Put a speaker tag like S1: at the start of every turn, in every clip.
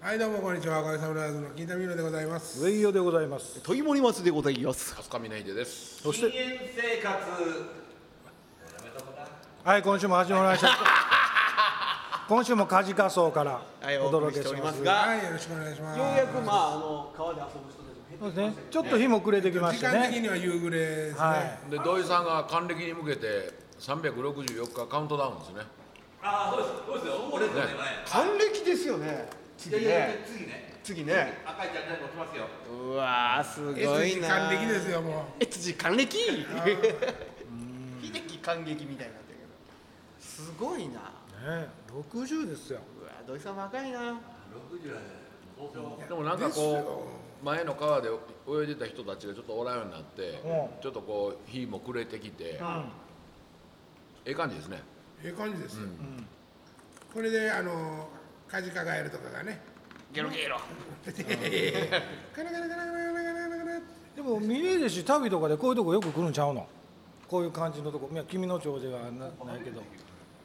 S1: はいどうもこんにちは赤木サムライズの金田美優でございます
S2: ウェイヨでございます。
S3: 問い森松でございます。
S4: 飛鳥峰秀です。
S2: そして、
S5: 人間生活
S2: はい、今週も始まりました。今週もカジカソウからお届けします。
S3: が
S1: はいよろしくお願いします
S3: ようやくまああの川で遊ぶ人たちも減っ
S2: そうですね、ちょっと日も暮れてきまし
S1: 時
S2: た
S1: 間的
S2: ね。
S1: には夕暮れですね、
S2: は
S4: で土井さんが還暦に向けて364日カウントダウンですね。
S5: ああそうですそうですよ俺とね
S3: 還暦ですよね。
S5: 前
S3: 次
S5: いやいやいや
S3: ね。
S5: 次ね
S3: 次ね。
S5: 赤いちゃん何か来ますよ
S3: うわーすご
S1: S 時間的ですよも
S3: え辻還暦。秀樹還暦みたいになってるけど。すごいな。
S2: ね、六十ですよ。
S3: うわー土井さん若いな。
S4: でもなんかこう前の川で泳いでた人たちがちょっとおらんようになって、
S2: う
S4: ちょっとこう日も暮れてきて、ええ感じですね。
S1: うええ感じですよ、これであのカジカガエルとかがね
S3: ゲロゲロ。
S1: カラカラカラカラカラカラカラ
S2: でも、見えるし、旅とかでこういうとこよく来るんちゃうの。こういう感じのとこ、いや、君の町ではなないけど。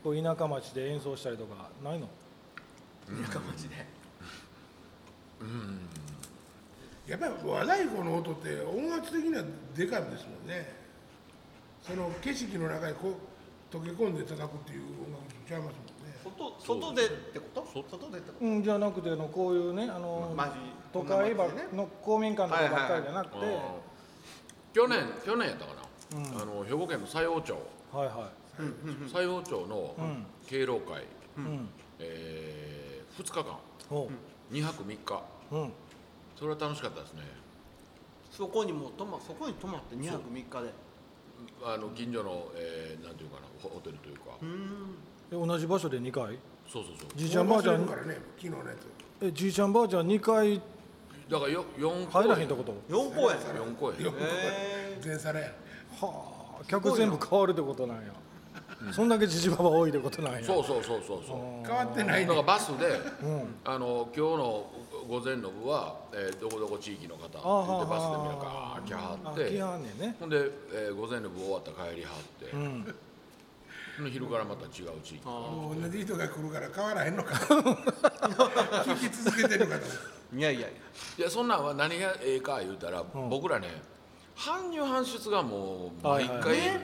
S2: こう田舎町で演奏したりとか、ないの。
S3: 田舎町で。
S1: やっぱり和太鼓の音って音圧的にはでかいですもんねその景色の中にこう溶け込んで叩くっていう音楽とちゃいますもんね
S3: 外外でってこと？外でってこ
S2: うん、じゃなくて、あの、こういうね、あの
S3: まあまじ。
S2: 都会ば
S3: こんな街でね
S2: の公民館とかばっかりじゃなくて。
S4: うん去年去年やったかな。あの兵庫県の西王町、
S2: はいは
S4: 西王町の
S2: ん
S4: 敬老会、
S2: い。うん。
S4: え2日間
S2: おう。
S4: 2泊3日
S2: うん。
S4: それは楽しかったですね。
S3: と？そこにもう泊まそこに泊まって二泊三日で。
S4: あの近所の、えーなんていうかなホホテルというか、
S3: うーん。
S2: え同じ場所で二回。
S4: そうそうそう。
S2: じいちゃんばあちゃん
S1: 忘れるからね昨日のやつ
S2: えじいちゃんばあちゃん2回
S4: だからよ四公
S2: 入
S4: 演
S2: らへんってこと
S3: 四公演。
S4: 四公演
S1: よく
S3: へ
S1: 前皿や
S2: はあ客全部変わるってことなんやそんだけじじばば多いってことなんや
S4: そうそうそうそうそう
S1: 変わってない
S4: だか
S1: ね
S4: らバスで、あの今日の午前の部は、えーどこどこ地域の方って言
S2: あ
S4: ってバスでみん
S2: あ
S4: な
S2: あ
S4: ガーッ来はっ
S2: 来
S4: て
S2: はんねんね
S4: ほんで、えー午前の部終わったら帰りはって、
S2: ん
S4: ほんで昼からまた違う地域
S1: もう同じ人が来るから変わらへんのか聞き続けてるから
S3: いやいやいや。
S4: いやそんなんは何がええか言うたら、
S2: ん
S4: 僕らね搬入搬出がもう毎回、
S2: はいはい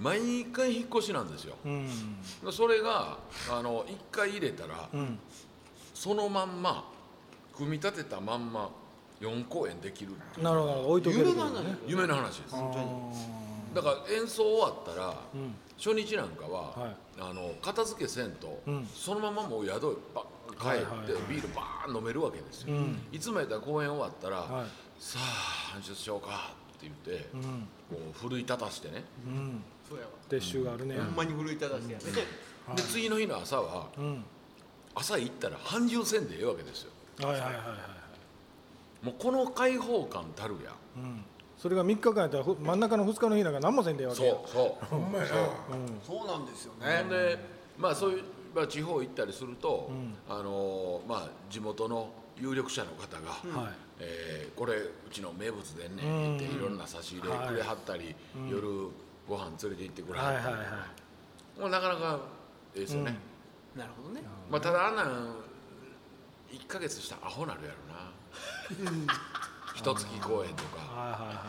S4: 毎回引っ越しなんですよ、
S2: うん
S4: それがあの一回入れたら、
S2: ん
S4: そのまんま組み立てたまんま4公演できるっていう
S2: なるほどなるほど置いとけるってことね
S4: 夢の話です
S2: あ
S4: だから演奏終わったら、
S2: ん
S4: 初日なんかは、
S2: はい
S4: あの片付けせんと、
S2: うん
S4: そのままもう宿へば帰って、
S2: はいはいはい
S4: ビールバーン飲めるわけですよ、
S2: うん
S4: いつもやったら公演終わったら、
S2: はい
S4: さあ搬出しようかって言って、
S2: ーうん
S4: こう奮い立たしてね、
S2: うん
S3: そうやわ。
S2: 撤収があるね
S3: ほんまに奮い立たしてやめて。
S4: で次の日の朝は
S2: うん
S4: 朝行ったら搬入せんでええわけですよ
S2: はいはいはいはい
S4: もうこの開放感たるや
S2: うんそれが3日間やったらふ真ん中の2日の日なんか何もせんでええわけや
S4: そうそう
S1: ほんまやな
S3: そうなんですよ
S4: ほ
S3: ね
S4: ん。でまあそういう、まあ、地方行ったりすると、あのーまあ地元の有力者の方が、
S2: はい
S4: えーこれうちの名物でんねん」っていろんな差し入れくれはったり、夜ご飯連れて行ってくれは
S2: はい
S4: っ
S2: はい
S4: たり、
S2: はい
S4: もうなかなかええですよね、
S3: なるほどね。
S4: まあただあんなん1か月したらアホなるやろな 一月公演とか
S2: はいはいは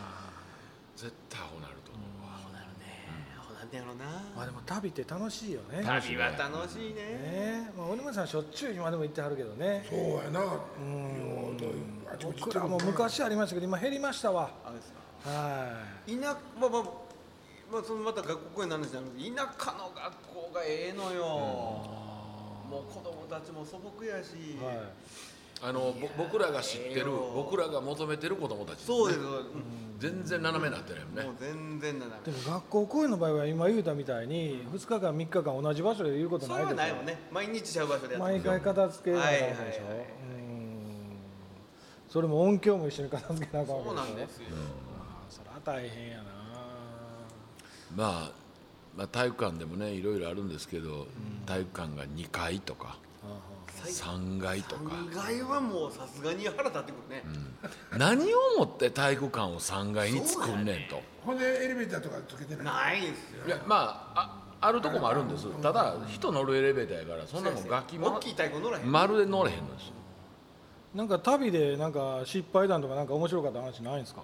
S2: い
S4: 絶対アホなると思うわ、
S3: なるね。ほなんやろ
S2: まあ
S3: な。
S2: でも旅って楽しいよねね
S3: 旅は楽しいね。
S2: えまあ森本さんしょっちゅう今でも行ってはるけどね
S1: そうやなようどういうあちこち行っ
S2: 僕
S1: て
S2: ら
S1: る
S2: も昔ありましたけど今減りましたわ
S3: あれですか。
S2: は
S3: 田舎まあまあまあそのまた学校公演の話なんですけど田舎の学校がええのよ。もう子供たちも素朴やし
S2: い、。はい、
S4: あのぼ僕らが知って
S3: ええ
S4: る
S3: よ
S4: 僕らが求めてる子供たちですね
S3: そうです。そう
S4: 全然斜めになってないもん
S3: ですも
S4: ね
S3: う全然なんだ
S2: でも学校公演の場合は今言うたみたいに2日間3日間同じ場所でいること
S3: そ
S2: ないで
S3: れは
S2: し
S3: ないもんね。毎日ちゃう場所で
S2: ょ
S3: やって
S2: 毎
S3: る。
S2: 回片付けなあかんわけでしょ、
S3: はいはいはいはい
S2: うんそれも音響も一緒に片付けなあかんわけ
S3: そう
S2: でしょ
S3: なんですよ。
S2: あーそら大変やな
S4: まあ、まあ体育館でもねいろいろあるんですけど、体育館が2階とか3階とか
S3: 意外はもうさすがに腹立ってくるね。
S4: 何をもって体育館を3階に作んねんと、
S1: ほんでエレベーターとかつけてない
S3: ないですよ。
S4: いやまあああるとこもあるんですただ人乗るエレベーターやからそんなもんガキも
S3: 大きい太鼓乗らへん。
S4: まるで乗れへんのですよ
S2: なんか旅でなんか失敗談とかなんか面白かった話ないんですか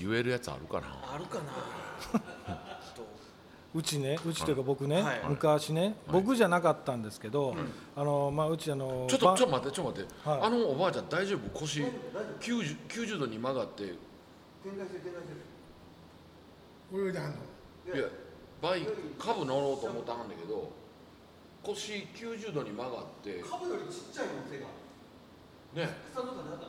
S4: 言えるやつあるかな
S3: あるかなちょっ
S2: うちねうちというか僕ね、
S3: はい
S2: 昔ね、僕じゃなかったんですけど、あのまあうちあの
S4: ちょっと
S2: ば
S4: ちょっと待ってちょっと待って、
S2: はい
S4: あのおばあちゃん大丈夫腰 90, 90度に曲がってい
S3: と展開してる展開してる
S1: 泳いではんの
S4: やバイカブ乗ろうと思ったはんだけど腰90度に曲がって
S3: 株よりちっちゃいもん手が
S4: ね
S3: 草の中にあった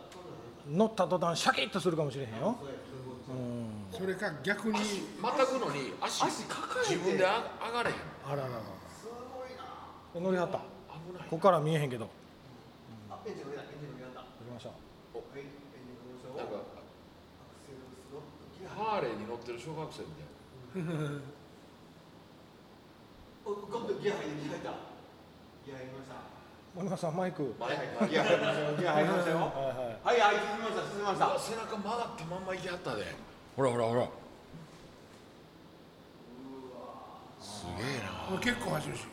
S3: 草の
S2: 乗った途端シャキッとするかもしれへんよ、
S3: 中にあったそうや
S2: うん、
S1: それか逆に
S4: またぐのに足
S3: 足抱えて
S4: 自分であ上がれへん
S1: あららら
S3: すごいな
S2: 乗りはったこ
S4: 危ない
S2: こから見えへんけど
S3: あエンジンがエンジンがやったは
S2: 乗りました
S3: いエンジンの上昇
S4: なんか
S3: アクセルスロットギア
S4: ハーレーに乗ってる小学生みたいな
S3: お今度ギア入ってギア入ったギア入りました
S2: 森川さんマイク
S4: 前
S3: ギア入りましたよギア入りましたよ
S2: はいはい
S3: はいはい進みました進みま
S4: う
S3: し
S4: わ
S3: た
S4: 背中曲がったまんま行きはったでほらほらほらすげえな
S1: もう結構走るし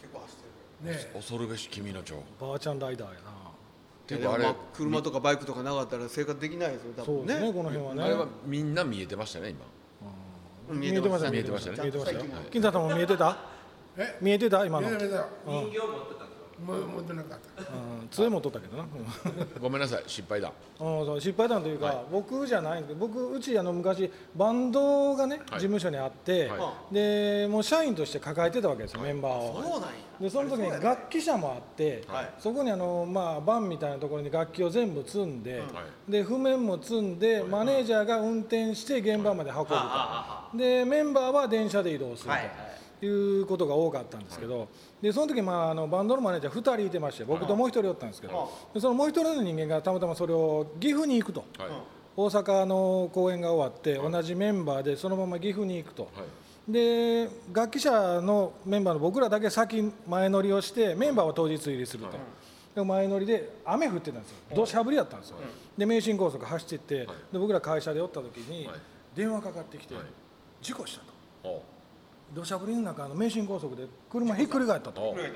S3: 結構走ってる
S1: ねえ
S4: 恐るべし君の蝶っ
S2: ばあちゃんライダーや
S4: ていうかあれ、
S3: 車とかバイクとかなかったら生活できないですよ
S2: なそうですねこの辺はね
S4: あれはみんな見えてました ね今
S3: うん
S2: 見えてました
S4: 見えてましたね
S2: 見えてましたよ
S3: 最近も
S2: 金太さんも見えてた
S1: え
S2: 見えてた今
S1: い
S2: の
S1: やいやいや
S5: 人形持ってたんですよ
S1: もう持ってなかった
S2: うん杖も取ったけどなうん
S4: ごめんなさい失敗だ
S2: うん、そう失敗談というか、僕じゃないんですけど僕うちあの昔バンドがね、事務所にあって、
S4: は
S2: でもう社員として抱えてたわけですよ、メンバーを。
S3: そうなんや
S2: でその時に楽器車もあって、
S3: はい
S2: そこにあの、まあ、バンみたいなところに楽器を全部積んで、で譜面も積んで、マネージャーが運転して現場まで運ぶと、でメンバーは電車で移動すると。
S3: はい
S2: いうことが多かったんですけど、でその時、まあ、あのバンドのマネージャー2人いてまして僕ともう1人おったんですけど、
S3: は
S2: でそのもう1人の人間がたまたまそれを岐阜に行くと
S4: はい、
S2: 大阪の公演が終わって同じメンバーでそのまま岐阜に行くと、で楽器社のメンバーの僕らだけ先前乗りをしてメンバーは当日入りすると、で前乗りで雨降ってたんですよ土砂降りだったんですよ、で名神高速走ってって、で僕ら会社でおった時に
S4: はい
S2: 電話かかってきて、
S4: はい
S2: 事故したと
S4: お
S2: 土砂降りの中の名神高速で車ひっくり返ったと
S4: お
S3: 震え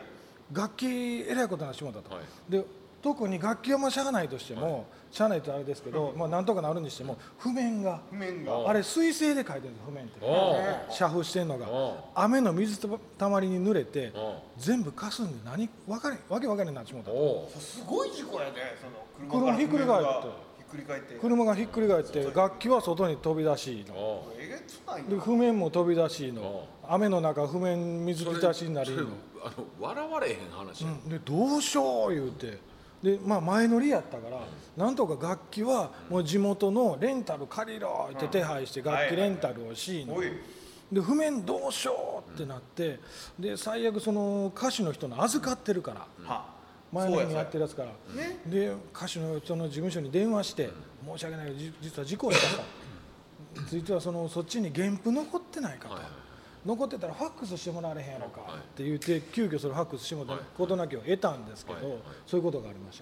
S3: た
S2: 楽器えらいことになってしまったと、
S4: はい
S2: で特に楽器はまあしゃあないとしても、しゃあないってあれですけど、まあなんとかなるにしても譜面が
S3: 譜面が
S4: お
S2: あれ水性で書いてるんです譜面って
S4: おお
S2: 煮沸してんのが
S4: お
S2: 雨の水たまりに濡れて
S4: お
S2: 全部かすんで何わかれわけわかれんなっちまった
S4: お
S3: すごい事故やねその
S2: 車ひっくり返って
S3: ひっくり返って
S2: 車がひっくり返って楽器は外に飛び出しの
S4: お
S3: えげつない
S2: で
S3: な
S2: 譜面も飛び出しの雨の中譜面水浸しになり
S4: それあの笑われへん話、
S2: うんでどうしよう言うてで、まあ、前乗りやったからなんとか楽器はもう地元のレンタル借りろって手配して楽器レンタルをしの
S3: おい
S2: で譜面どうしようってなってで最悪その歌手の人の預かってるから
S3: は
S2: 前の日にやっ
S3: る
S2: てるやつから
S3: ね
S2: で歌手の人の事務所に電話して申し訳ないけどじ実は事故をしたと実はそのそっちに原譜残ってないかと。残ってたらファックスしてもらわれへんやろかって言って急遽それファックスしてもらって事なきを得たんですけど
S4: はいはい
S2: そういうことがありまし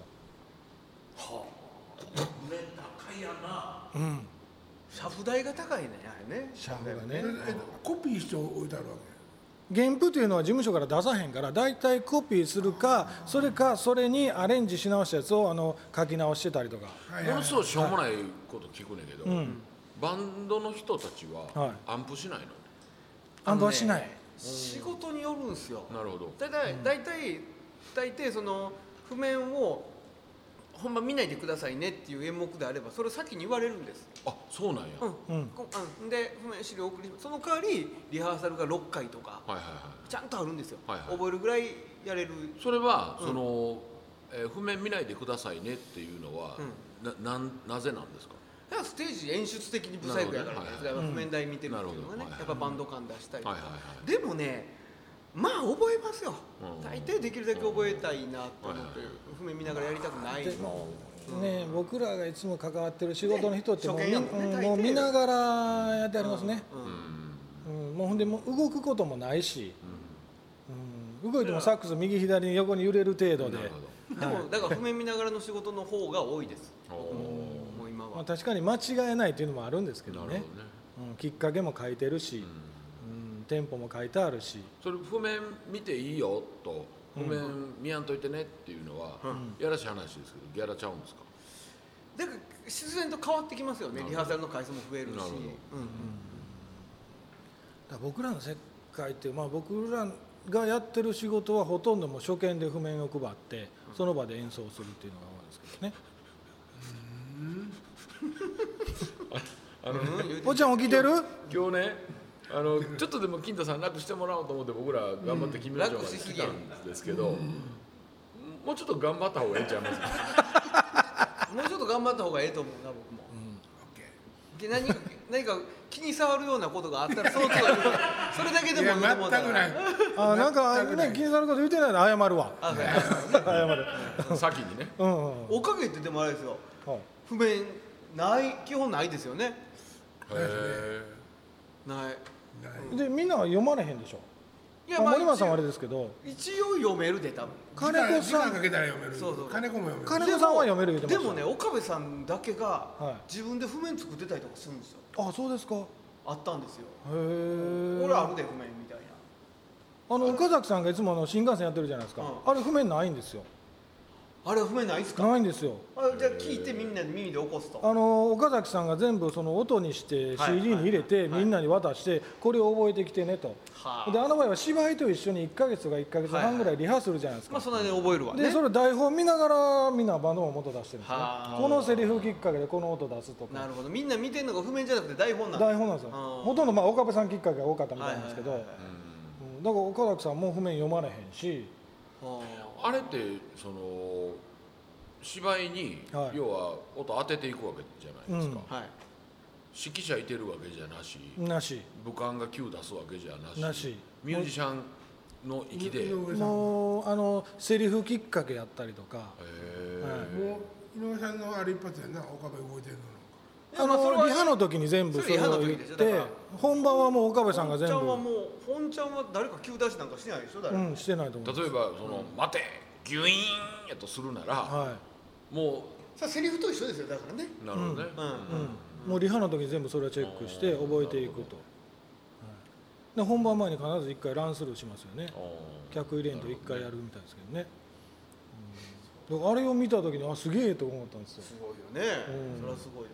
S2: た
S5: 上高いやな
S3: 車夫代が高いねあれね
S2: シャフがね
S1: それえコピーして置いてあるわ
S2: 原譜というのは事務所から出さへんから大体コピーするかそれかそれにアレンジし直したやつをあの書き直してたりとか
S1: けはい
S4: も
S1: は
S4: の
S1: い
S4: すごいしょうもないこと聞くねんけど、
S2: ん
S4: バンドの人たち
S2: はい
S4: は暗譜しないの、
S2: 安藤はしない
S3: あのね仕事によるんすよ
S4: なるほど
S3: だいたい大体大体その譜面をほんま見ないでくださいねっていう演目であればそれを先に言われるんです
S4: あそうなんや、
S3: う
S4: はい
S3: ん
S2: うん
S3: こうんで譜面資料を送りその代わりリハーサルが6回とか
S4: はいはい
S3: ちゃんとあるんですよ
S4: はいはい
S3: 覚えるぐらいやれる
S4: それは、
S3: うん
S4: その、えー譜面見ないでくださいねっていうのは、ななんなぜなんですか
S3: だからステージ演出的に不細工やからね
S4: なるほどね
S3: だから譜面台見てるっていう
S4: うん
S3: のがね
S4: なるほどはいはい
S3: やっぱバンド感出したりとか
S4: はいはいはい
S3: でもねまあ覚えますよ
S4: うん
S3: 大抵できるだけ覚えたいなと思って
S4: はいはいはい
S3: 譜面見ながらやりたくない
S2: でもね僕らがいつも関わってる仕事の人ってもう,、
S3: ね
S2: み
S3: 初見やもんね
S2: うん
S3: 大抵
S2: もう見ながらやってありますね、
S3: うん
S2: うんもうほんでもう動くこともないし、うん動いてもサックス右左に横に揺れる程度で
S4: なるほど
S3: でもだから譜面見ながらの仕事の方が多いです
S4: お
S3: 僕ももう今
S2: まあ、
S3: は
S2: 確かに間違えないっていうのもあるんですけ
S4: なる
S2: ど
S4: ほど
S2: ね
S4: ね
S2: うん、きっかけも書いてるし、うんテンポも書いてあるし
S4: それ譜面見ていいよと譜面見やんといてねっていうのは、やらしい話ですけどギャラちゃうんですか
S3: だから自然と変わってきますよねリハーサルの回数も増えるし
S4: なるほど
S2: だから僕らの世界って、まあ、僕らがやってる仕事はほとんどもう初見で譜面を配ってその場で演奏するっていうのが多いですけどね。
S3: うんうん言うて
S2: おっちゃん起きてる
S4: 今日ねあ のちょっとでも金太さん楽してもらおうと思って僕ら頑張って君の城まで来たんですけど、もうちょっと頑張った方がいいんちゃいますか
S3: もうちょっと頑張った方がええと思うな僕も、で何か何か気に障るようなことがあったらそうそうそれだけで
S1: い
S3: も
S1: や
S3: いいと思う
S1: 全くないい
S2: あなんか
S1: 全くな
S2: ね
S1: い
S2: 気にされること言ってないの謝るわ。
S3: あそうや
S2: 謝る。
S4: 先にね
S2: うんうん
S3: おかげってでもあれですよ
S2: はい
S3: 譜面ない基本ないですよね
S4: へえ
S3: ない
S2: でみんなは読まれへんでしょ。
S3: い
S2: まあ、森
S3: 一応
S2: 松さんはあれですけど
S3: 一応読めるで多分
S2: 金子
S1: 時
S2: さ
S1: 間
S2: ん
S1: かけたら読める
S3: そうそう
S1: 金子も読める
S2: 金子さんは読める言うて
S3: で
S2: まし
S3: も
S2: た
S3: ね岡部さんだけが
S2: は
S3: 自分で譜面作ってたりとかするんですよ
S2: あそうですかへ
S3: あったんですよ
S2: え
S3: 俺あるで譜面みたいな
S2: あの岡崎さんがいつもあの新幹線やってるじゃないですか、
S3: う
S2: あれ譜面ないんですよ
S3: あれ譜面ないっすか
S2: ないんですよ
S3: あじゃあ聞いてみんなで耳で起こすと
S2: あの岡崎さんが全部その音にして
S3: はい
S2: CD に入れて
S3: はい
S2: みんなに渡してこれを覚えてきてねと
S3: はあ
S2: であの場合は芝居と一緒に1ヶ月とか1ヶ月半ぐらいリハするじゃないですか
S3: まあそんなに覚えるわね
S2: でそれ台本見ながらみんなバンドも元出してるんですね
S3: はあ
S2: このセリフきっかけでこの音出すと
S3: な
S2: か
S3: るほどみんな見てんのが譜面じゃなくて台本なんだ
S2: 台本なんですよ
S3: あー
S2: ほとんどまあ岡部さんきっかけが多かったみたいなんですけど
S3: はいは
S2: う
S3: いはいはい
S2: んだから岡崎さんも譜面読まれへんし
S3: は
S4: あれってその芝居に、
S2: はい
S4: 要は音当てていくわけじゃないですか、
S3: あはい
S4: 指揮者いてるわけじゃなし
S2: なし
S4: 武官が9出すわけじゃなし
S2: なし
S4: ミュージシャンの域でへ
S1: 井上さんも
S2: もうあのセリフきっかけやったりとか
S4: え、
S1: う井上さんのあれ一発やんな岡部動いてるの
S3: いや
S2: あ
S3: まあそれは
S2: のリハの時に全部
S3: そ
S2: そ
S3: れ
S2: れ
S3: リハの
S2: を
S3: 時
S2: 言っ
S3: ですよだか
S2: て
S3: ら
S2: 本番はもう岡部さんが
S3: 本
S2: 全
S3: ちゃんは
S2: 部
S3: もう本ちゃんは誰か急出しなんかしてないでしょ誰
S2: う
S3: も、
S2: んしてないと思う
S4: 例えばその「待てギュイーン!」やとするなら、
S2: は
S4: も
S3: さあセリフと一緒ですよだからね
S4: うなるほどね、
S3: うん、
S2: いうんもうリハの時に全部それをチェックして覚えていくとはいで本番前に必ず1回ランスルーしますよね
S4: あ
S2: 客入れんと1回やるみたいですけどねうんだからあれを見た時にあすげえと思ったんですよ
S3: すごいよね、
S2: うん
S3: それはすごいわ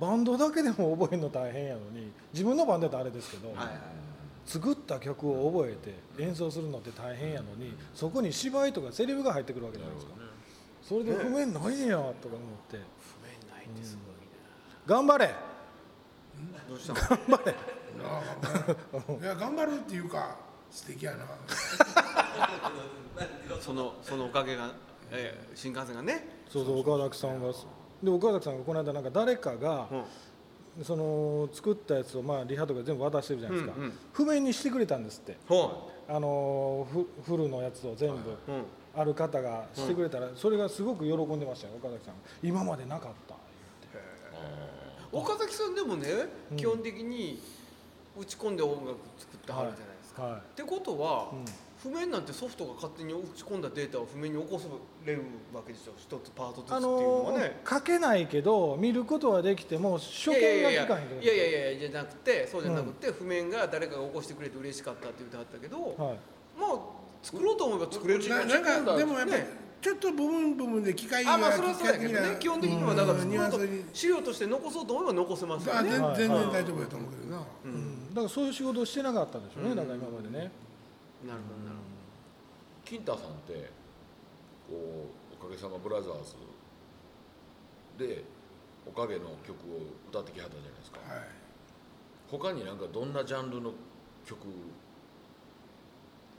S2: バンドだけでも覚えるの大変やのに自分のバンドやったらあれですけど、
S3: はいはい
S2: 作った曲を覚えて演奏するのって大変やのに、そこに芝居とかセリフが入ってくるわけじゃないですか、それで譜面ないねやとか思って
S3: 譜面ないってすごいね、
S2: 頑張れ
S3: どうした の
S1: か ないや頑張るっていうか素敵やな
S3: そのそのおかげが、えー新幹線がね
S2: そうそう岡崎さんがで岡崎さんがこの間なんか誰かが、その作ったやつをまあリハとか全部渡してるじゃないですか、
S3: うんうん
S2: 譜面にしてくれたんですって
S3: ほ
S2: あのーフフルのやつを全部、
S3: う、うん、
S2: ある方がしてくれたら、それがすごく喜んでましたよ岡崎さんが今までなかった
S3: 岡崎さんでもね、基本的に打ち込んで音楽作ってはるじゃないですか、
S2: はいはい
S3: ってことは、
S2: うん
S3: 譜面なんてソフトが勝手に打ち込んだデータを譜面に起こせれるわけでしょ一つパートずつってい
S2: あ
S3: うのは
S2: の
S3: ね、
S2: ー書けないけど見ることはできても初見が
S3: いや
S2: 聞
S3: いや
S2: かへんってこと
S3: いやいやいやいやじゃなくてそうじゃなくて、譜面が誰かが起こしてくれて嬉しかったって言ってはったけど、
S2: はい
S3: まあ作ろうと思えば作れる
S1: ななんかでもやっぱ
S3: ね
S1: ちょっと部分部分で機械
S3: あまあそれはそうだけ
S1: 機
S3: ど
S1: 械
S3: ね
S1: 的
S3: 基本的にはだから
S1: うん
S3: 作
S1: ニュ
S3: ろ
S1: ア
S3: う
S1: ンス
S3: と
S1: に
S3: 資料として残そうと思えば残せますよ
S1: あ
S3: ね
S1: 全
S2: はい
S1: 全然大丈夫やと思うけどな
S2: うんだからそういう仕事をしてなかったんでしょうね、だから今までね
S3: なるほどなる
S4: 金太さんってこう「おかげさまブラザーズ」で「おかげ」の曲を歌ってきはったじゃないですか
S1: はい
S4: 他になんかどんなジャンルの曲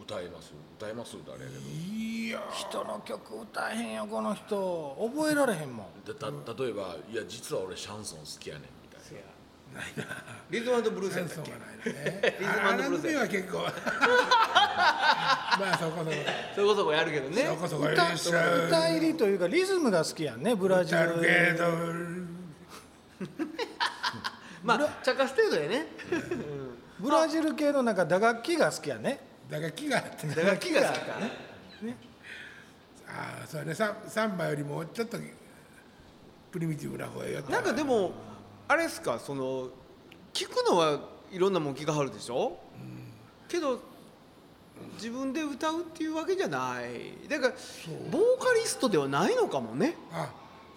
S4: 歌えます歌えますってあれやけど
S1: いや
S2: 人の曲歌えへんよこの人覚えられへんもん
S4: でた例えば「いや実は俺シャンソン好きやねん」みたいな
S3: リズムブルース
S1: セ
S3: やっ
S1: ン
S3: た
S1: ス
S3: っ
S1: が
S3: けリズム
S1: ないの
S3: ブル
S1: ね
S3: ースや
S1: は結 構まあそこそこ
S3: それこそこやるけどね
S1: そこそこいら
S2: 歌
S1: っしゃ
S2: 歌入りというかリズムが好きやんねブラジ
S1: だ
S2: ル
S1: けど
S3: まあ茶化す程度やね
S2: ブラジル系のなんか打楽器が好きやね
S1: だから気があって
S3: だから木が好きか
S1: ああそうねサンサンバよりもちょっとプリミティブな方がよった
S3: なんかでもあれですかその聞くのはいろんなもん聞かはるでしょ、けど自分で歌うっていうわけじゃないだからボーカリストではないのかもね
S1: あ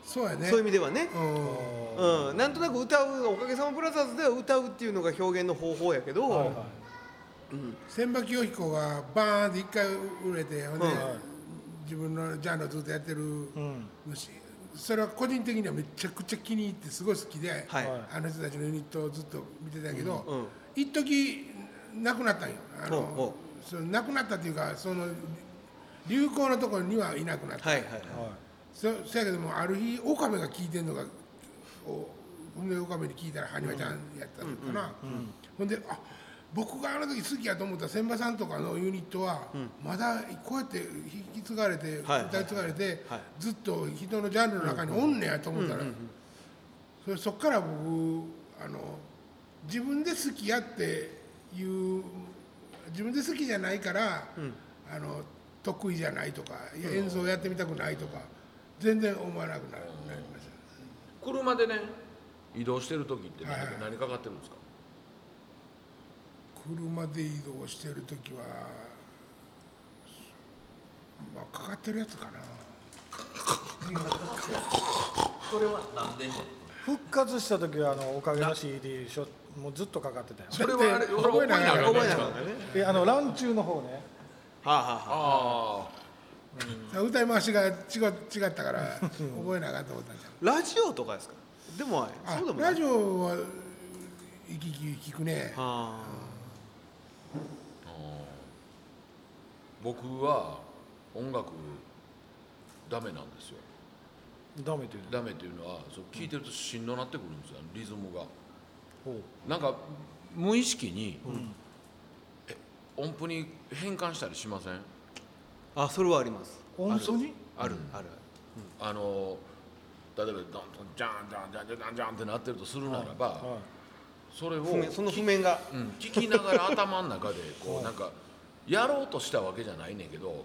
S1: そうやね
S3: そういう意味ではね、
S1: うん
S3: うん、なんとなく歌う「おかげさまブラザーズ」では歌うっていうのが表現の方法やけど、
S2: はいはい
S1: 千葉清彦がバーンって一回売れてほんで、
S3: うん
S1: 自分のジャンルをずっとやってる
S2: ん
S1: のし、それは個人的にはめちゃくちゃ気に入ってすごい好きで、
S3: はい
S2: はい
S1: あの人たちのユニットをずっと見てたけど、
S3: うんうん
S1: 一時なくなったんよあの、
S3: ほうほ
S1: そのなくなったっていうかその流行のところにはいなくなった、
S3: はいはいはい
S1: そそやけどもある日岡部が聞いてんのがおほんで岡部に聞いたら埴輪ちゃんやったのかな、ほんであ僕があの時好きやと思った千葉さんとかのユニットは、まだこうやって引き継がれて、
S3: はい
S1: 歌い継がれて、
S3: はい
S1: ずっと人のジャンルの中におんねやと思ったら、それそっから僕あの自分で好きやっていう自分で好きじゃないから、あの得意じゃないとか、いや演奏やってみたくないとか全然思わなくなりました。
S4: 車でね移動してる時って何,、
S1: はいはい
S4: 何かかってるんですか
S1: 車で移動してる時は、まあ、かかってるやつかな
S5: それはなんでね
S2: 復活した時はあのおかげの CD しょもうずっとかかってたよ
S4: それはあれ
S1: だって
S4: それ覚えながら
S3: 覚えながら
S4: あ
S3: ね
S2: えあのランチューの方ね
S3: はあ、はあはあ、
S4: あ
S1: 歌い回しが違う違ったから覚えなあかんと思ったんじゃん
S3: ラジオとかですかでも
S1: あ
S3: そうでもない
S1: ラジオは行き来聞くね
S3: あ
S4: 僕は音楽ダメなんですよ
S2: ダメっていうの
S4: ダメっていうのはそう聞いてるとしんどなってくるんですよリズムが
S2: ほ
S4: なんか無意識に、え音符に変換したりしません
S3: ーあそれはあります
S2: う音符に
S3: ある、ある
S4: あの例えばドンドンジャンジャンジャンジャンジャンジャンってなってるとするならば、
S2: は
S4: それを
S3: 譜面その譜面が
S4: うん、聞きながら頭の中でこうなんかやろうとしたわけじゃないねんけど、もう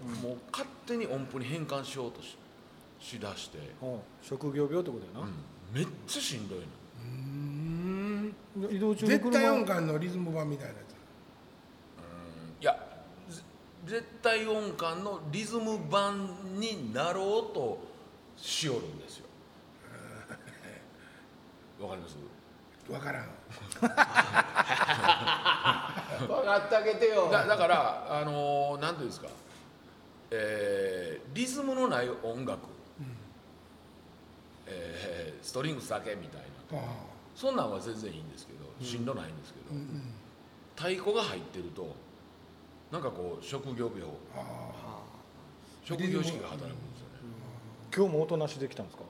S4: 勝手に音符に変換しようとししだして、
S2: いうん職業病ってことや
S4: うんめっちゃしんどいの
S2: な移動中に
S1: 絶対音
S2: 車
S1: 感のリズム版みたいなや
S4: いやぜ絶対音感のリズム版になろうとしよるんですよ わかります
S1: つわからん
S3: 分かってあげてよ
S4: だだからあのーなんていうんですか、えーリズムのない音楽、えーストリングスだけみたいな
S1: あ
S4: そんなんは全然いいんですけど、しんどないんですけど、太鼓が入ってるとなんかこう職業病職業意識が働くんですよね、
S2: 今日も音なしできたんですか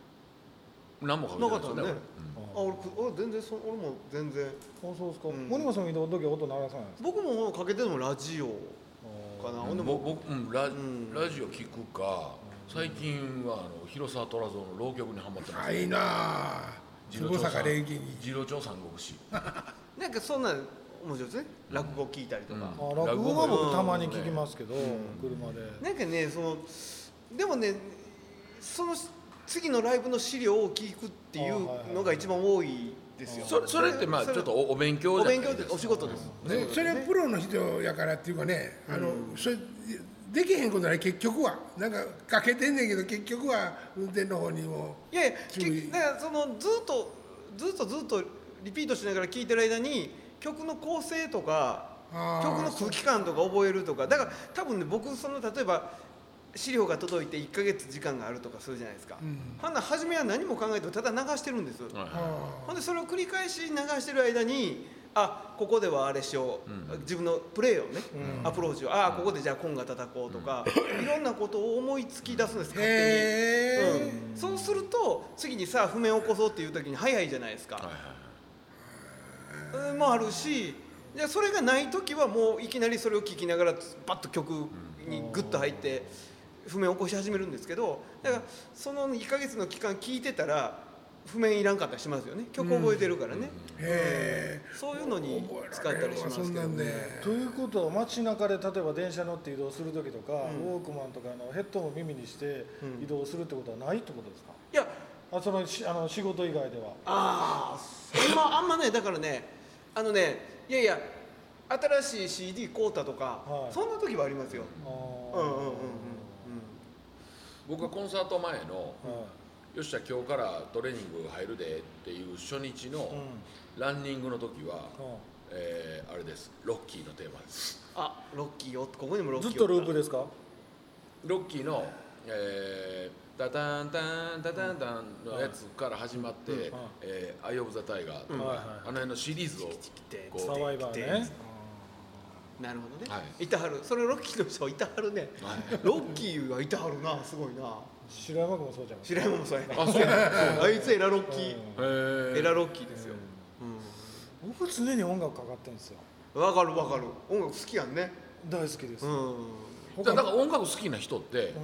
S4: 何もかけて
S3: な
S4: な
S3: か
S4: い
S3: った
S4: です
S3: ね
S4: よね
S3: あ俺く俺全然そ俺も全然
S2: あそうですか、
S3: ん
S2: 森本さんの移動の時は音鳴らさないんですか
S3: 僕もかけてるのもラジオかな、
S4: う
S3: ほ
S4: ん
S3: んで
S4: ぼ
S3: も
S4: 僕、うんラ
S3: ん
S4: ラジオ聞くか最近はあの広沢虎造の浪曲にハマってま
S1: あ
S4: す
S1: いいなあ坪坂礼儀に
S4: 二郎長三国志
S3: なんかそんなん面白いですね落語聞いたりとか、
S2: あ落語は僕たまに聞きますけど、車で、
S3: なんかねそのでもねその次のライブの資料を聞くっていうのが一番多いですよ。
S4: それそれってまあちょっとおお勉強
S3: お
S4: じゃない
S3: 勉強
S4: です
S3: で
S4: か
S3: お仕事です。
S1: ねそれはプロの人やからっていうかねあの、それできへんことない結局はなんかかけてんねんけど結局は運転の方にも
S3: いやいや
S1: 注意
S3: けだからそのずっとずっとずっとリピートしながら聞いてる間に曲の構成とか
S1: あー
S3: 曲の空気感とか覚えるとかだから多分ね僕その例えば資料が届いて1ヶ月時間があるとかするじゃないですか、ほんなら初めは何も考えてただ流してるんです、
S4: はいはい
S1: あ
S3: ほんでそれを繰り返し流してる間にあここではあれしよう、自分のプレーをね、アプローチをあここでじゃあコンガ叩こうとか、いろんなことを思いつき出すんです
S1: ー
S3: 勝手に。
S1: へえ、
S3: うん、そうすると次にさあ譜面を起こそうっていう時に早いじゃないですか、
S4: はいはい
S3: うんもあるしでそれがない時はもういきなりそれを聴きながらバッと曲にグッと入って譜面を起こし始めるんですけどだからその1ヶ月の期間聴いてたら譜面いらんかったりしますよね曲覚えてるからね、
S1: へ
S3: そういうのに
S1: え
S3: 使ったりしますけ
S1: そんな
S3: ど
S1: んで
S2: ということは街中で例えば電車乗って移動する時とか、ウォークマンとかのヘッドホンを耳にして移動するってことはないってことですか、
S3: いや
S2: あそのしあの仕事以外では
S3: あああんまあんまねだからねあのねいやいや新しい CD 買うたとか、
S2: はい
S3: そんな時はありますよ、
S2: あー
S3: うんうんうんうんうん
S4: 僕はコンサート前の
S2: は
S4: 「よっしゃ今日からトレーニング入るで」っていう初日
S2: いうん
S4: のランニングの時は、
S2: うん
S4: えーあれですロッキーのテーマです
S3: あロッキーよここにもロッキ
S2: ず
S3: ー
S2: っとループ
S3: で
S2: ですか
S4: ロッキーの「えータタンタンタタンタン」のやつから始まって
S2: うんはい
S4: 「えーアイ・オブ・ザ・タイガー」と
S2: はい
S4: か
S2: は
S4: あ
S2: い
S4: の辺のシリーズをこう
S2: サバイバーね
S3: なるほどね、、
S4: はい
S3: たはるそれロッキーの人はいたはるね、ロッキーはいたはるなすごいな
S2: 白山君もそうじゃない
S3: 白山もそうやね
S4: あそうなんだ
S3: あいつエラロッキー、
S2: う
S4: へー
S3: エラロッキーですよ、
S2: 僕常に音楽かかってるんですよ
S3: うん、わかるわかる音楽好きやんね
S2: 大好きです、
S3: うん
S4: だからだから音楽好きな人って
S2: う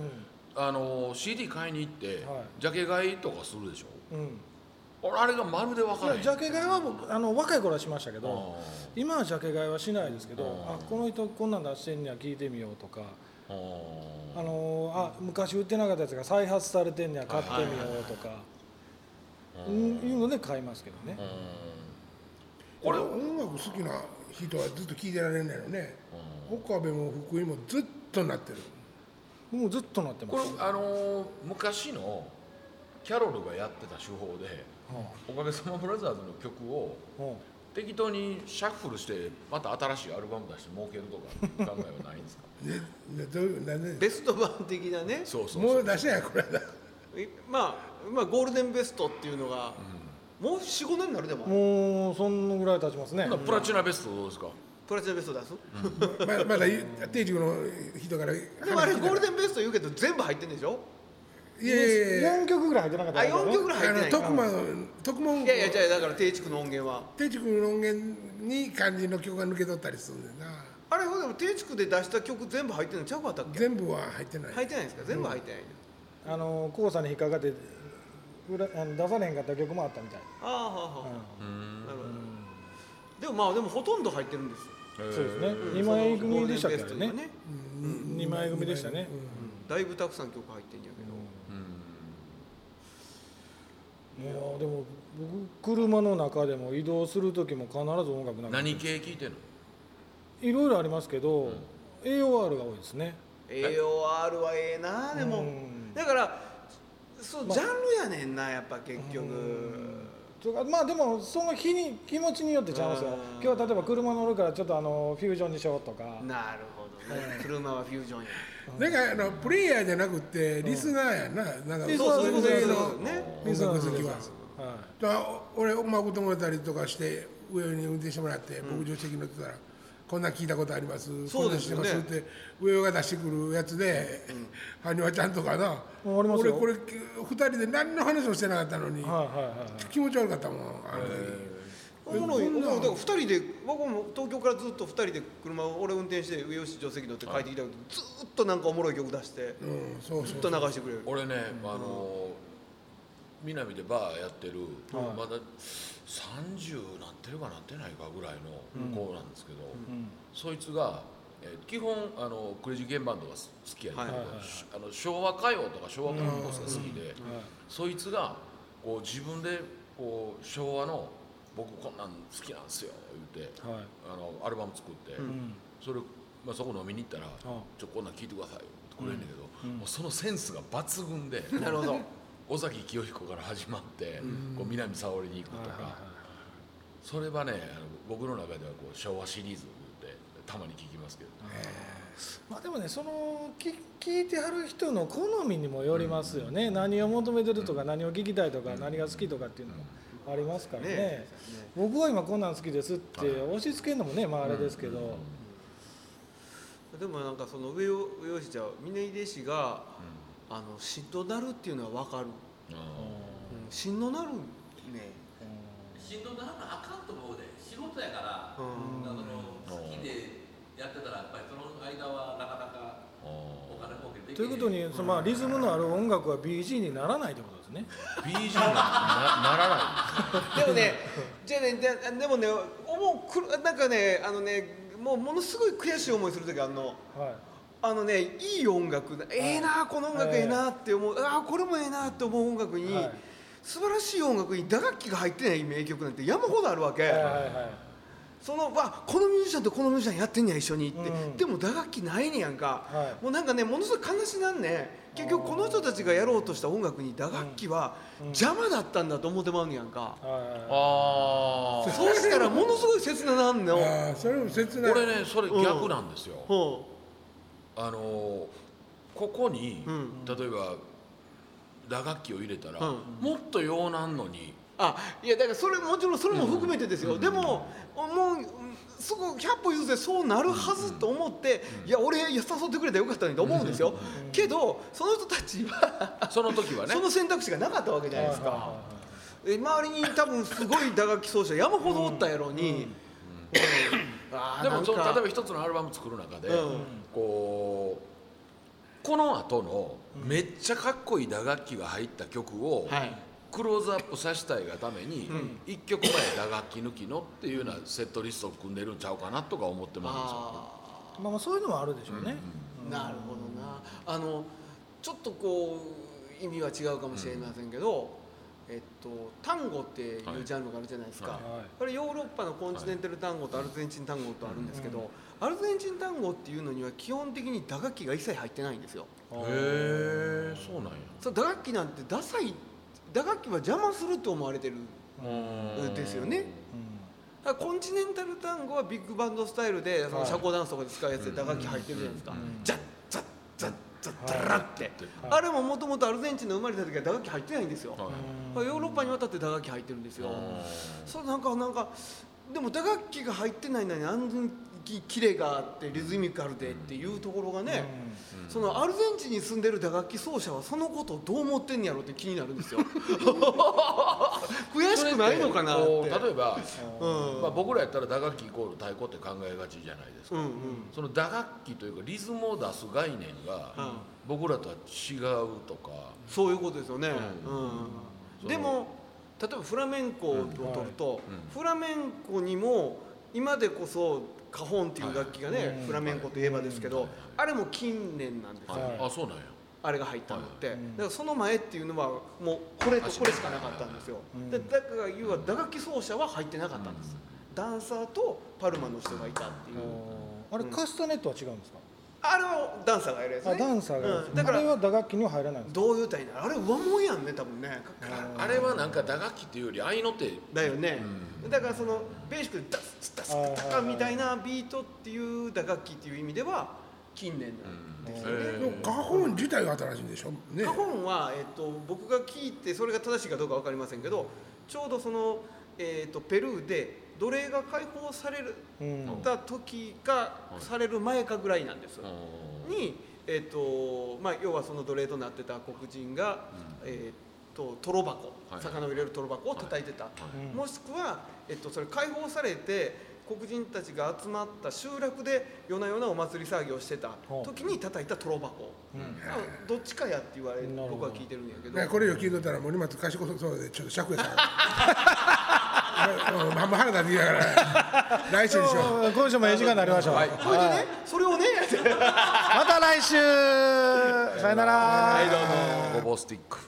S4: あの CD 買いに行って
S2: はい
S4: ジャケ買いとかするでしょ
S2: んうん
S4: 俺あれがまるで分
S2: い
S4: から
S2: や
S4: へん
S2: ジャケ買いは僕あの若い頃はしましたけ
S4: あ
S2: ど今はジャケ買いはしないですけど
S4: あー
S2: あこの人こんなん出してんねや聞いてみようとか
S4: ーあ
S2: あのーあ昔売ってなかったやつが再発されてんねや買ってみようとか
S4: ー
S2: うんいうので買いますけどね
S1: これ音楽好きな人はずっと聴いてられないのね岡部も福井もずっとなってる
S2: もうずっとなって
S4: こ
S2: ま
S4: れ
S2: す
S4: あのー昔のキャロルがやってた手法で「おかげさまブラザーズ」の曲を
S2: うんうん
S4: 適当にシャッフルしてまた新しいアルバム出して儲けるとか考えはないんですか
S1: ねねどういうなんで
S3: ベスト版的なね
S4: そうそう
S1: も
S4: そう
S1: う出してないこれだ
S3: いまあ、まあゴールデンベストっていうのが、もう45年になるでも
S2: もうそんぐらい経ちますね
S4: ほんならプラチナベストどうですか
S3: プラチナベスト出す、
S1: ままだ定住の人から
S3: でもあれゴールデ
S1: ン
S3: ンベスト言うけど全部入ってんでしょ
S1: いやいやいや
S2: 4曲ぐらい入ってなかった
S3: あ四4曲ぐらい
S1: あ
S3: 入
S1: の
S3: ってない
S1: 徳間の徳間音
S3: いやいやじゃあだから定畜の音源は
S1: 定住君の音源に肝心の曲が抜け取ったりするんだよな
S3: あれほんでも定畜で出した曲全部入ってんのちゃうかったっけ
S1: 全部は入ってない、
S3: 入ってないんですか全部入ってないんだ、
S2: あの黄砂に引っかかってうらあの出されへんかった曲もあったみたい、
S3: ああはあは
S2: う
S4: うー
S3: あ、
S4: ん
S3: なるほどでもまあでもほとんど入ってるんですよ
S2: んそうですね
S4: へー
S2: 2枚組でしたっけ
S3: そのゴールデンベストに
S2: ね
S3: はね、
S1: うん
S2: 2枚組でしたね、
S3: うんだいぶたくさん曲入ってんやけど、
S2: いやーでも僕車の中でも移動する時も必ず音楽
S4: う
S2: なんんか
S4: 何系聞いてんの
S2: いろいろありますけど、AOR が多いですね
S3: AOR はええなでも、
S2: うん
S3: だからそう、
S2: まあ
S3: ジャンルやねんなやっぱ結局、
S2: とかまあでもその日に気持ちによってちゃいますよ
S3: うん
S2: 今日例えば車乗るからちょっとあのフュージョンにしようとか
S3: なるほどね車はフュージョンや
S1: なんかあのプレイヤーじゃなくてリスナーやな、なんか
S2: リスナー
S1: そう
S2: そう
S1: い
S2: い
S1: う
S2: うことです
S1: の
S3: ね
S1: 音楽好きは。
S2: は
S1: だから俺まこともらったりとかして上に運転してもらって僕助手席乗ってたら、こんなん聞いたことあります
S3: そうですよね
S1: こんなんしてますって上が出してくるやつで羽生、ちゃんとかな
S2: うんあります
S1: 俺
S2: よ
S1: これ2人で何の話もしてなかったのに、
S2: いはいはいはい
S1: 気持ち悪かったもんあの時
S3: おもろい
S1: こ
S3: お
S1: ん
S3: も
S1: な
S3: ろいだから2人で僕も東京からずっと2人で車を俺運転して上吉助手席乗って帰ってきたけどずーっとなんかおもろい曲出して
S1: うんそう
S3: ず
S1: そ
S3: っ
S1: う
S3: と流してくれる
S4: 俺ね、あの南でバーやってる、まだ30なってるかなってないかぐらいの子なんですけど、そいつが、えー基本あのクレイジーケンバンドが好きやねんけど、
S3: はい
S2: はいはい
S4: しあの昭和歌謡とか昭和歌謡コースが好きで、そいつがこう自分でこう昭和の僕こんなん好きなんですよ言って
S2: はい
S4: あのアルバム作って、
S2: ん
S4: それ、まあ、そこ飲みに行ったら「ちょこんなん聞いてください」ってくれんねんけど、もうそのセンスが抜群 で
S3: なるほど
S4: 尾崎清彦から始まって、こう南沙織に行くとか、それはねあの僕の中ではこう昭和シリーズってたまに聞きますけど、
S2: まあでもねそのき聞いてはる人の好みにもよりますよね、何を求めてるとか、何を聞きたいとか、何が好きとかっていうのもありますからね
S3: ね
S2: 僕は今こんなん好きですって押し付けるのもね、まあ、あれですけど、
S3: でもなんかその上を上吉じゃ峰秀氏があのしんどなるっていうのは分かるうんしんどなるね
S5: しんどならなあかんと思うで仕事やから、
S3: うん
S5: あの好きでやってたらやっぱりその間はなかなかお金儲けでき
S2: ということ
S5: へん
S2: にその、まあ、リズムのある音楽は BG にならないってことですね
S4: BG がなならない
S3: でも ね、じゃあね、ででもね、思うくる、なんかね、あのね、もうものすごい悔しい思いする時あるの。
S2: は
S3: あのね、いい音楽、ええな、この音楽ええなって思う、ああ、これもええなって思う音楽に。
S2: はい
S3: 素晴らしい音楽に打楽器が入ってない名曲なんて山ほどあるわけ、
S2: いはいはいはい
S3: そのわこのミュージシャンとこのミュージシャンやってんねや一緒にって、
S2: うん
S3: でも打楽器ないねやんか、
S2: はい
S3: もうなんかねものすごい悲しなんね結局この人たちがやろうとした音楽に打楽器は邪魔だったんだと思ってまうねやんか、
S2: は
S4: ああ
S3: そうしたらものすごい切ななんの、うん
S1: ああそれも切ない
S4: 俺ねそれ逆なんですよ、あのーここに、
S3: うん
S4: 例えば打楽器を入れたら、
S3: うん
S4: もっとようなんのに
S3: あいやだからそれもちろんそれも含めてですよ、でももううんすごい100歩譲ってそうなるはずと思って、いや俺誘ってくれたらよかったのにと思うんですよ、けどその人たちは、
S4: その時はね
S3: その選択肢がなかったわけじゃないですか、え周りに多分すごい打楽器奏者山ほどおったやろに、あー
S4: でもその
S3: なんか
S4: 例えば一つのアルバム作る中で、
S3: うん
S4: こうこの後のめっちゃかっこいい打楽器が入った曲を、
S3: はい
S4: クローズアップさせたいがために、一曲前打楽器抜きのっていうようなセットリストを組んでるんちゃうかなとか思ってま
S3: あー
S2: いまあまあそういうのもあるでしょうね、
S3: なるほどなあのちょっとこう意味は違うかもしれませんけど、えっと、単語っていうジャンルがあるじゃないですか、
S4: はい
S2: はい
S3: これヨーロッパのコンチネンタル単語とアルゼンチン単語とあるんですけど、アルゼンチン単語っていうのには基本的に打楽器が一切入ってないんですよ。
S4: すよへえそうなんや
S3: それ打楽器なんてダサい打楽器は邪魔すると思われてる
S4: うん
S3: ですよねだからコンチネンタル単語はビッグバンドスタイルでその社交ダンスとかで使うやつで打楽器入ってるじゃないですか、ジャッジャッジャッジャッジャラって、あれももともとアルゼンチンの生まれた時は打楽器入ってないんですよ、
S4: はい
S3: ヨーロッパに渡って打楽器入ってるんですよ、そうなんかなんかでも打楽器が入ってないのにあんなにキレがあってリズミカルでっていうところがね、そのアルゼンチンに住んでる打楽器奏者はそのことをどう思ってんやろって気になるんですよ悔しくないのかなって
S4: こう例えば、
S3: うん
S4: まあ、僕らやったら打楽器イコール太鼓って考えがちじゃないですか、
S3: うんうん
S4: その打楽器というかリズムを出す概念が
S3: うん
S4: 僕らとは違うとか、
S3: そういうことですよね、
S4: う
S3: う
S4: そ
S3: ん、
S4: う
S3: でも例えばフラメンコを取ると、
S4: うんうん
S3: フラメンコにも今でこそカホンっていう楽器がね、
S2: い
S3: フラメンコといえばですけど、
S4: うん
S3: あれも近年なんですよ、
S4: はいあそうなんや
S3: あれが入ったのって、
S2: いうん
S3: だからその前っていうのはもうこれと
S4: 足ね
S3: これしかなかったんですよ、
S2: うん
S3: でだから要は打楽器奏者は入ってなかったんです、ダンサーとパルマの人がいたっていう、
S2: あれカスタネットは違うんですか、
S3: あれはダンサーがやるやつね
S2: あダンサーがやるんです
S3: うんだか
S2: あれは
S3: ら
S2: 打楽器には入らないんですか
S3: どういうたらいいんだろうあれ上もんやんね多分ね
S4: ああれはなんか打楽器っていうより合いの手
S3: だよね、だからそのベーシックでダスツダス
S2: はいはい
S3: タ
S2: はい
S3: カみたいなビートっていう打楽器っていう意味では近年なんですよね、
S4: うん
S1: でもカホン自体が新しいんでしょね
S3: カホンは、えっと僕が聞いてそれが正しいかどうか分かりませんけどちょうどその、えっとペルーで奴隷が解放される
S2: うん
S3: た時が
S4: い
S3: される前かぐらいなんです、
S4: うん
S3: に、えっとまあ、要はその奴隷となってた黒人が、えっとトロ箱、
S4: はい
S3: 魚を入れるトロ箱を叩いてた、
S2: い
S3: もしくは、えっと、それ解放されて黒人たちが集まった集落で夜な夜なお祭り騒ぎをしてた
S2: ほう
S3: 時に叩いたトロ箱、どっちかやって言われる
S2: なるほど
S3: 僕は聞いてるんやけど
S1: ねこれよ聞いとったら森松賢そうでちょっと尺やからまあまあまあ腹立ってきたから来週にしよう
S2: そう今週もええ時間になりました、
S4: はい
S3: それでねそれをね
S2: また来週さよなら
S4: ごぼうスティック